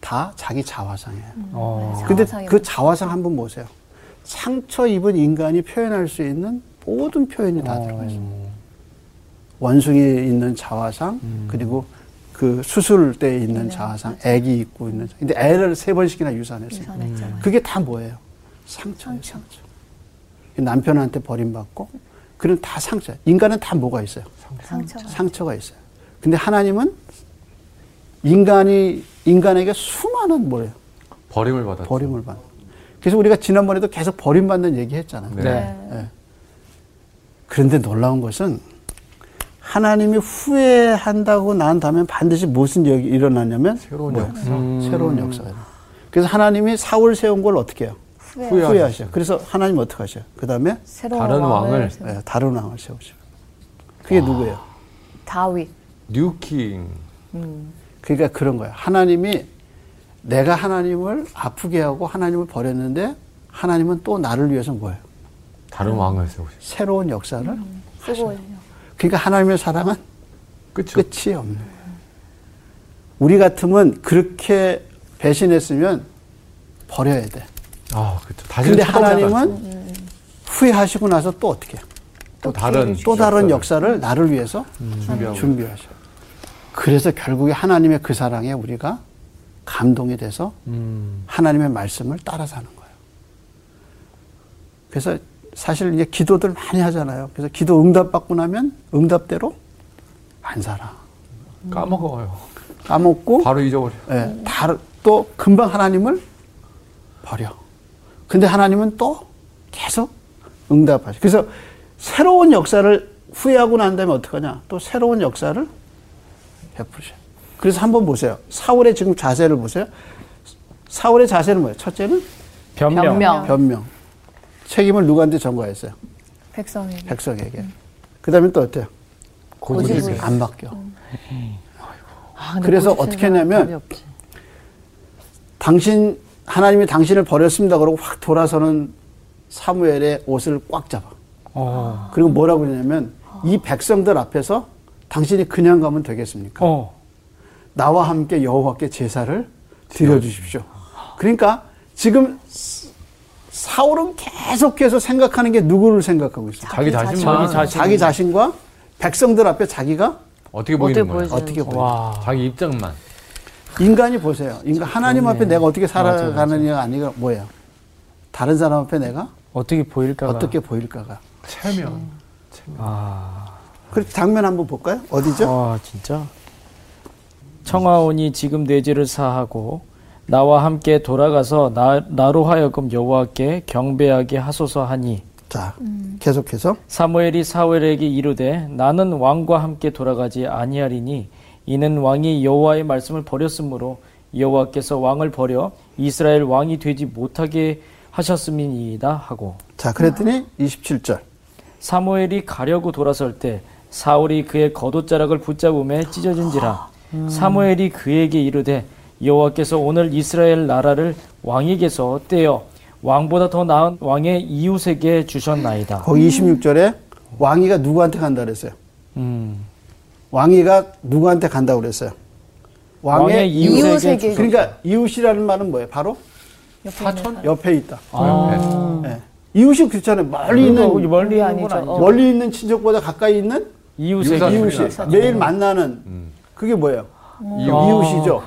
다 자기 자화상이에요. 어. 근데 자화상이 그 자화상 한번 보세요. 상처 입은 인간이 표현할 수 있는 모든 표현이 다 들어가 있어요. 원숭이 있는 자화상, 그리고 그 수술 때 있는 자화상, 애기 입고 있는. 자- 근데 애를 세 번씩이나 유산했어요. 유산했잖아요. 그게 다 뭐예요? 상처예요, 상처. 남편한테 버림받고, 그런 다 상처. 인간은 다 뭐가 있어요? 상처. 상처가 있어요. 근데 하나님은 인간이 인간에게 수많은 뭐예요? 버림을 받았죠. 버림을 받는. 그래서 우리가 지난번에도 계속 버림받는 얘기 했잖아요. 네. 그런데 놀라운 것은 하나님이 후회한다고 난 다음에 반드시 무슨 일이 일어나냐면 새로운 뭐예요? 음. 역사. 음. 새로운 역사가 일어나요. 그래서 하나님이 사울 세운 걸 어떻게 해요? 후회하죠. 후회하셔. 그래서 하나님 어떻게 하셔? 그 다음에 새로운 다른 왕을. 세워- 예, 다른 왕을 세우죠. 그게 누구예요? 다윗. 뉴킹. 그러니까 그런 거예요. 하나님이 내가 하나님을 아프게 하고 하나님을 버렸는데 하나님은 또 나를 위해서 뭐예요? 다른 왕을 세우셨어요. 새로운 역사를. 쓰고 있는 그러니까 하나님의 사랑은 그쵸? 끝이 없는 거예요. 우리 같으면 그렇게 배신했으면 버려야 돼. 아, 그쵸. 다시 근데 하나님은 후회하시고 나서 또 어떻게 해요? 또 다른 또 다른 역사를 나를 위해서 준비하고 준비하셔. 그래서 결국에 하나님의 그 사랑에 우리가 감동이 돼서 음. 하나님의 말씀을 따라 사는 거예요. 그래서 사실 이제 기도들 많이 하잖아요. 그래서 기도 응답 받고 나면 응답대로 안 살아. 까먹어요. 까먹고 바로 잊어버려. 예, 다, 또 금방 하나님을 버려. 근데 하나님은 또 계속 응답하시. 그래서 새로운 역사를 후회하고 난 다음에 어떡하냐? 또 새로운 역사를 베푸셔. 그래서 한번 보세요. 사울의 지금 자세를 보세요. 사울의 자세는 뭐예요? 첫째는 변명. 변명. 변명. 책임을 누구한테 전가했어요? 백성이. 백성에게. 그 다음에 또 어때요? 고집이. 안 바뀌어. 아, 근데 그래서 고집 어떻게 세우는 했냐면 답이 없지. 당신 하나님이 당신을 버렸습니다. 그러고 확 돌아서는 사무엘의 옷을 꽉 잡아. 어. 그리고 뭐라고 그러냐면 이 백성들 앞에서 당신이 그냥 가면 되겠습니까? 어. 나와 함께 여호와께 제사를 드려 주십시오. 그러니까 지금 사울은 계속해서 생각하는 게 누구를 생각하고 있어? 자기 자신만 자기 자신. 자기 자신과 백성들 앞에 자기가 어떻게 어떻게 보이는 거예요? 보여지- 어떻게 보여? 와. 자기 입장만. 인간이 보세요. 인간 하나님 앞에 내가 어떻게 살아가느냐 아니가 뭐예요? 다른 사람 앞에 내가 어떻게 보일까? 어떻게 보일까가. 체면. 아. 그 장면 한번 볼까요? 어디죠? 와, 진짜. 청하오니 지금 내 죄를 사하고 나와 함께 돌아가서 나, 나로 하여금 여호와께 경배하게 하소서 하니 자, 계속해서 사무엘이 사울에게 이르되 나는 왕과 함께 돌아가지 아니하리니 이는 왕이 여호와의 말씀을 버렸으므로 여호와께서 왕을 버려 이스라엘 왕이 되지 못하게 하셨음이니이다 하고 자, 그랬더니 27절. 사무엘이 가려고 돌아설 때 사울이 그의 겉옷자락을 붙잡음에 찢어진지라 사무엘이 그에게 이르되 여호와께서 오늘 이스라엘 나라를 왕에게서 떼어 왕보다 더 나은 왕의 이웃에게 주셨나이다. 거기 26절에 왕이가 누구한테 간다 그랬어요? 음. 왕이가 누구한테 간다 그랬어요? 왕의, 왕의 이웃. 이웃에게 이웃에게 주셨- 그러니까 이웃이라는 말은 뭐예요? 바로 사촌? 옆에 있다. 아. 예. 이웃이 그렇잖아요. 멀리 그러니까 그거 있는 멀리 있는 아니죠. 건 아니죠. 어. 멀리 있는 친척보다 가까이 있는 이웃에게 이웃이- 이웃이 매일 만나는 그게 뭐예요? 이웃이죠.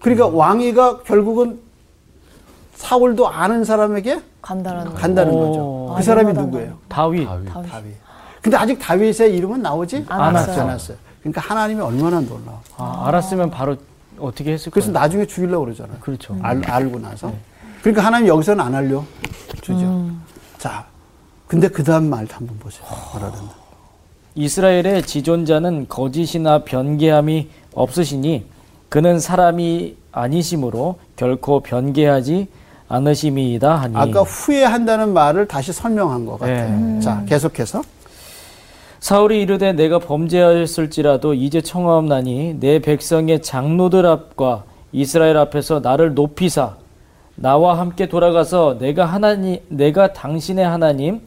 그러니까 왕이가 결국은 사울도 아는 사람에게 간단한 간다는 오. 거죠. 그 사람이 얼마나 누구예요? 다윗. 다윗. 다윗. 근데 아직 다윗의 이름은 나오지 않았어요. 않았어요. 그러니까 하나님이 얼마나 놀라워. 아, 알았으면 바로 어떻게 했을 그래서 거예요. 나중에 죽이려고 그러잖아요. 그렇죠. 알, 알고 나서. 그러니까 하나님 여기서는 안 알려 주죠. 자, 근데 그 다음 말도 한번 보세요. 뭐라든가. 이스라엘의 지존자는 거짓이나 변개함이 없으시니 그는 사람이 아니심으로 결코 변개하지 않으심이다 하니 아까 후회한다는 말을 다시 설명한 것 같아요. 음. 네. 자, 계속해서. 사울이 이르되 내가 범죄하였을지라도 이제 청하옵나니 내 백성의 장로들 앞과 이스라엘 앞에서 나를 높이사 나와 함께 돌아가서 내가 하나님 내가 당신의 하나님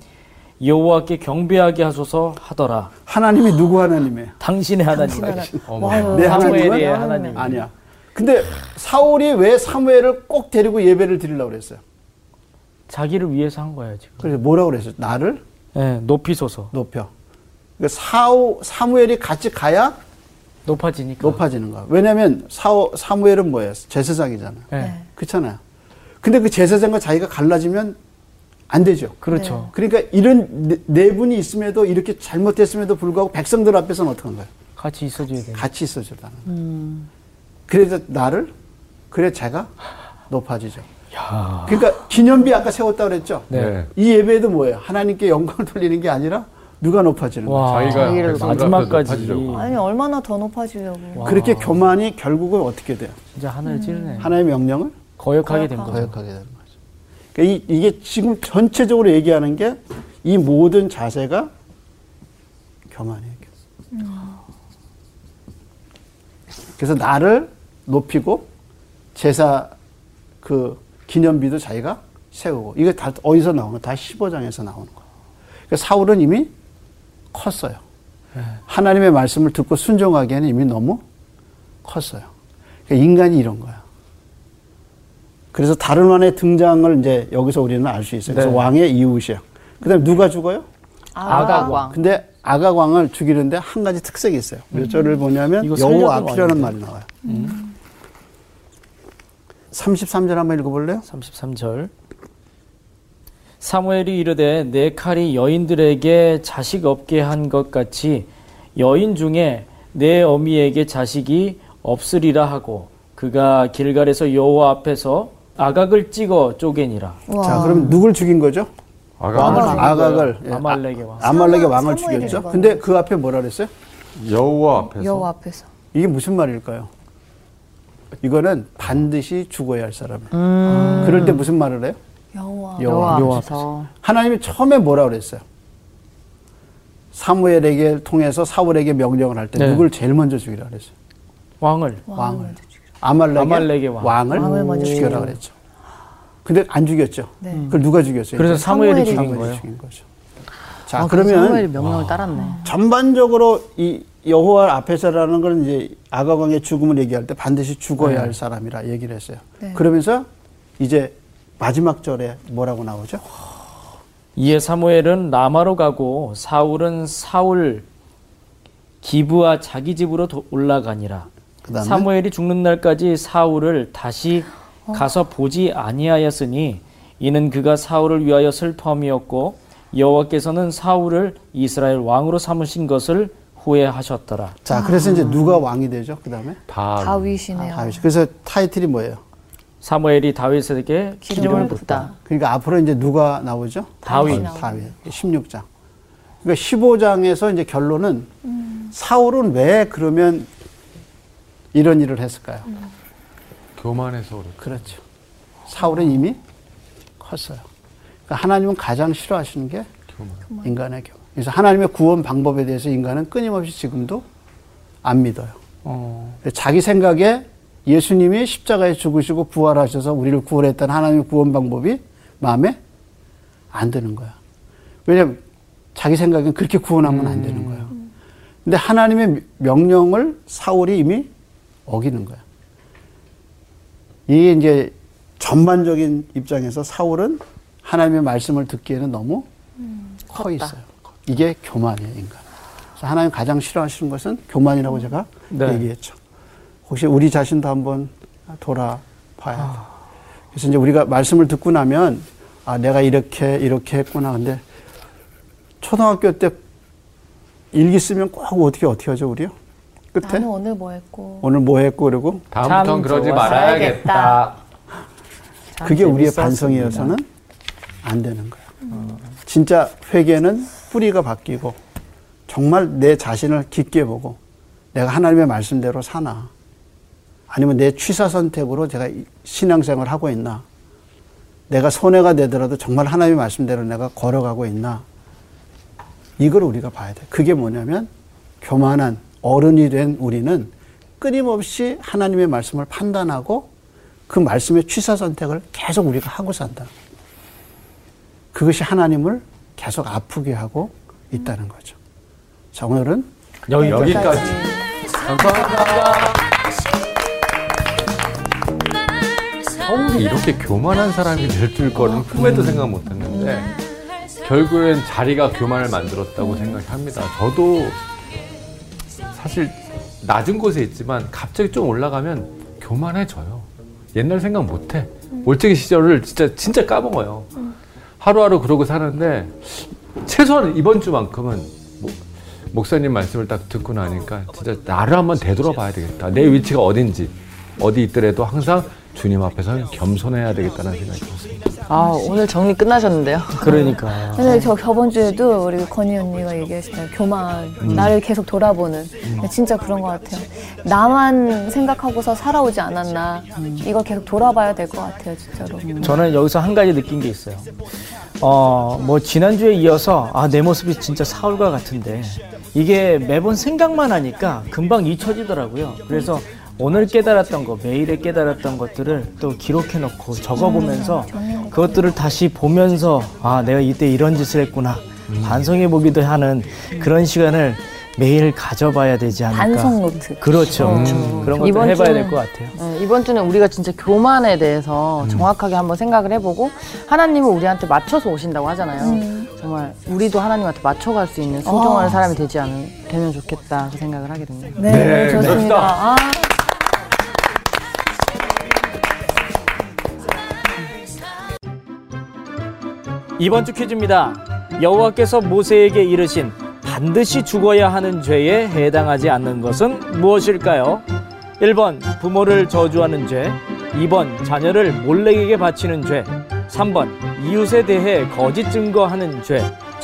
여호와께 경배하게 하소서 하더라 하나님이 누구 하나님이에요? 당신의 하나님 와요. 내 하나님은 사무엘의 하나님 아니야. 근데 사울이 왜 사무엘을 꼭 데리고 예배를 드리려고 그랬어요? 자기를 위해서 한 거예요 지금 그래서 뭐라고 그랬어요? 나를 예, 높이소서 높여. 그러니까 사우, 사무엘이 같이 가야 높아지니까 높아지는 거야. 왜냐면 사우, 사무엘은 뭐예요? 제사장이잖아요. 예, 그렇잖아요. 근데 그 제사장과 자기가 갈라지면 안 되죠. 그렇죠 그러니까 이런 네, 네 분이 있음에도 이렇게 잘못됐음에도 불구하고 백성들 앞에서는 어떻게 한 거예요? 같이 있어줘야 돼요 같이 있어주라는 거예요. 그래서 나를 그래 제가 높아지죠. 그러니까 기념비 아까 세웠다 그랬죠. 네. 이 예배도 뭐예요? 하나님께 영광을 돌리는 게 아니라 누가 높아지는 거예요. 자기가 자기를 백성들 앞에서 마지막까지 높아지려고. 아니 얼마나 더 높아지려고. 그렇게 교만이 결국은 어떻게 돼요? 진짜 하늘 찌르네. 하나님의 명령을 음. 거역하게 된 거죠. 거역하게 되는 거죠. 그러니까 이, 이게 지금 전체적으로 얘기하는 게 이 모든 자세가 교만이에요. 그래서 나를 높이고 제사 그 기념비도 자기가 세우고 이게 다 어디서 나오는 거야? 다 15장에서 나오는 거예요. 그러니까 사울은 이미 컸어요. 네. 하나님의 말씀을 듣고 순종하기에는 이미 너무 컸어요. 그러니까 인간이 이런 거야. 그래서 다른 왕의 등장을 이제 여기서 우리는 알 수 있어요. 그래서 네. 왕의 이웃이야. 그다음 에 누가 죽어요? 아가왕. 근데 아각 왕을 죽이는데 한 가지 특색이 있어요. 몇 절을 보냐면 음. 이거 살려둔 여호와 피라는 말이 왕인데. 나와요. 33절 한번 읽어볼래요? 33절. 사무엘이 이르되 내 칼이 여인들에게 자식 없게 한 것 같이 여인 중에 내 어미에게 자식이 없으리라 하고 그가 길갈에서 여호와 앞에서 아각을 찍어 쪼개니라. 자, 그럼 누굴 죽인 거죠? 아가 왕을, 아각을 예, 아말렉의 왕. 아말렉의 사무엘, 왕을 사무엘이 죽였죠. 죽어요. 근데 그 앞에 뭐라 그랬어요? 여호와 앞에서 여호 앞에서. 이게 무슨 말일까요? 이거는 반드시 죽어야 할 사람이에요. 그럴 때 무슨 말을 해요? 음. 여호와. 여호와 여호와 앞에서 하나님이 처음에 뭐라 그랬어요? 사무엘에게 통해서 사울에게 명령을 할 때 네. 누굴 제일 먼저 죽이라 그랬어요? 왕을 왕을 아말렉의, 아말렉의 왕. 을 왕을 먼저 죽여라 죽여라. 그랬죠. 근데 안 죽였죠. 음. 네. 그걸 누가 죽였어요? 그래서 네. 사무엘이 이제? 죽인 사무엘이 거예요. 죽인 거죠. 자, 아, 그래서 그러면 사무엘이 명령을 따랐네. 전반적으로 이 여호와 앞에서라는 건 이제 아가왕의 죽음을 얘기할 때 반드시 네. 죽어야 할 사람이라 얘기를 했어요. 네. 그러면서 이제 마지막 절에 뭐라고 나오죠? 이에 사무엘은 라마로 가고 사울은 사울 기브와 자기 집으로 도- 올라가니라. 그다음에 사무엘이 죽는 날까지 사울을 다시 가서 보지 아니하였으니 이는 그가 사울을 위하여 슬퍼함이었고 여호와께서는 사울을 이스라엘 왕으로 삼으신 것을 후회하셨더라. 자, 그래서 이제 누가 왕이 되죠? 그다음에 다 다윗이네요. 다윗이. 아, 그래서 타이틀이 뭐예요? 사무엘이 다윗에게 기름을 붓다. 그러니까 앞으로 이제 누가 나오죠? 다윗. 다윗. 음. 16장. 그러니까 15장에서 이제 결론은 음. 사울은 왜 그러면 이런 일을 했을까요? 음. 교만해서 그래. 그렇죠. 사울은 이미 컸어요. 그러니까 하나님은 가장 싫어하시는 게 인간의 경우. 그래서 하나님의 구원 방법에 대해서 인간은 끊임없이 지금도 안 믿어요. 자기 생각에 예수님이 십자가에 죽으시고 부활하셔서 우리를 구원했다는 하나님의 구원 방법이 마음에 안 드는 거야. 왜냐면 자기 생각엔 그렇게 구원하면 안 되는 거야. 근데 하나님의 명령을 사울이 이미 어기는 거야. 이게 이제 전반적인 입장에서 사울은 하나님의 말씀을 듣기에는 너무 커 있어요. 이게 교만이에요, 인간. 그래서 하나님 가장 싫어하시는 것은 교만이라고 제가 네. 얘기했죠. 혹시 우리 자신도 한번 돌아봐야 돼요. 그래서 이제 우리가 말씀을 듣고 나면 아 내가 이렇게 이렇게 했구나. 근데 초등학교 때 일기 쓰면 꼭 어떻게 어떻게 하죠, 우리요? 끝에 나는 오늘 뭐 했고. 오늘 뭐 했고 그러고 참 다음부턴 그러지 좋았어야겠다. 말아야겠다. 그게 우리의 재밌었습니다. 음. 반성이어서는 안 되는 거야. 진짜 회개는 뿌리가 바뀌고 정말 내 자신을 깊게 보고 내가 하나님의 말씀대로 사나 아니면 내 취사 선택으로 제가 이- 신앙생활 하고 있나 내가 손해가 되더라도 정말 하나님의 말씀대로 내가 걸어가고 있나 이걸 우리가 봐야 돼. 그게 뭐냐면 교만한 어른이 된 우리는 끊임없이 하나님의 말씀을 판단하고 그 말씀의 취사 선택을 계속 우리가 하고 산다. 그것이 하나님을 계속 아프게 하고 있다는 거죠. 자, 오늘은 여기 여기까지. 감사합니다. 처음에 이렇게 교만한 사람이 될 줄 거는 꿈에도 생각 못 했는데 결국엔 자리가 교만을 만들었다고 생각합니다. 저도 사실 낮은 곳에 있지만 갑자기 좀 올라가면 교만해져요. 옛날 생각 못 해. 올챙이 시절을 진짜 진짜 까먹어요. 하루하루 그러고 사는데 최소한 이번 주만큼은 뭐 목사님 말씀을 딱 듣고 나니까 진짜 나를 한번 되돌아봐야 되겠다. 내 위치가 어딘지 어디 있더라도 항상 주님 앞에서는 겸손해야 되겠다는 생각이 들었습니다. 아 오늘 정리 끝나셨는데요. 그러니까. 근데 저 저번 주에도 우리 건희 언니가 얘기했잖아요. 교만, 나를 계속 돌아보는. 근데 진짜 그런 것 같아요. 나만 생각하고서 살아오지 않았나. 이걸 계속 돌아봐야 될 것 같아요, 진짜로. 저는 여기서 한 가지 느낀 게 있어요. 어, 뭐 지난주에 이어서 아, 내 모습이 진짜 사울과 같은데 이게 매번 생각만 하니까 금방 잊혀지더라고요. 그래서 오늘 깨달았던 거, 매일에 깨달았던 것들을 또 기록해 놓고 적어 보면서 그것들을 다시 보면서 아, 내가 이때 이런 짓을 했구나. 반성해 보기도 하는 그런 시간을 매일 가져봐야 되지 않을까. 반성 노트. 그렇죠. 그런 것도 이번 해봐야 주는- 될 것 같아요. 네, 이번 주는 우리가 진짜 교만에 대해서 정확하게 한번 생각을 해보고 하나님은 우리한테 맞춰서 오신다고 하잖아요. 정말 우리도 하나님한테 맞춰갈 수 있는 순종하는 사람이 되지 않, 되면 좋겠다 그 생각을 하게 됩니다. 네, 좋습니다. 아, 이번 주 퀴즈입니다. 여호와께서 모세에게 이르신 반드시 죽어야 하는 죄에 해당하지 않는 것은 무엇일까요? 1번 부모를 저주하는 죄, 2번 자녀를 몰래에게 바치는 죄, 3번 이웃에 대해 거짓 증거하는 죄.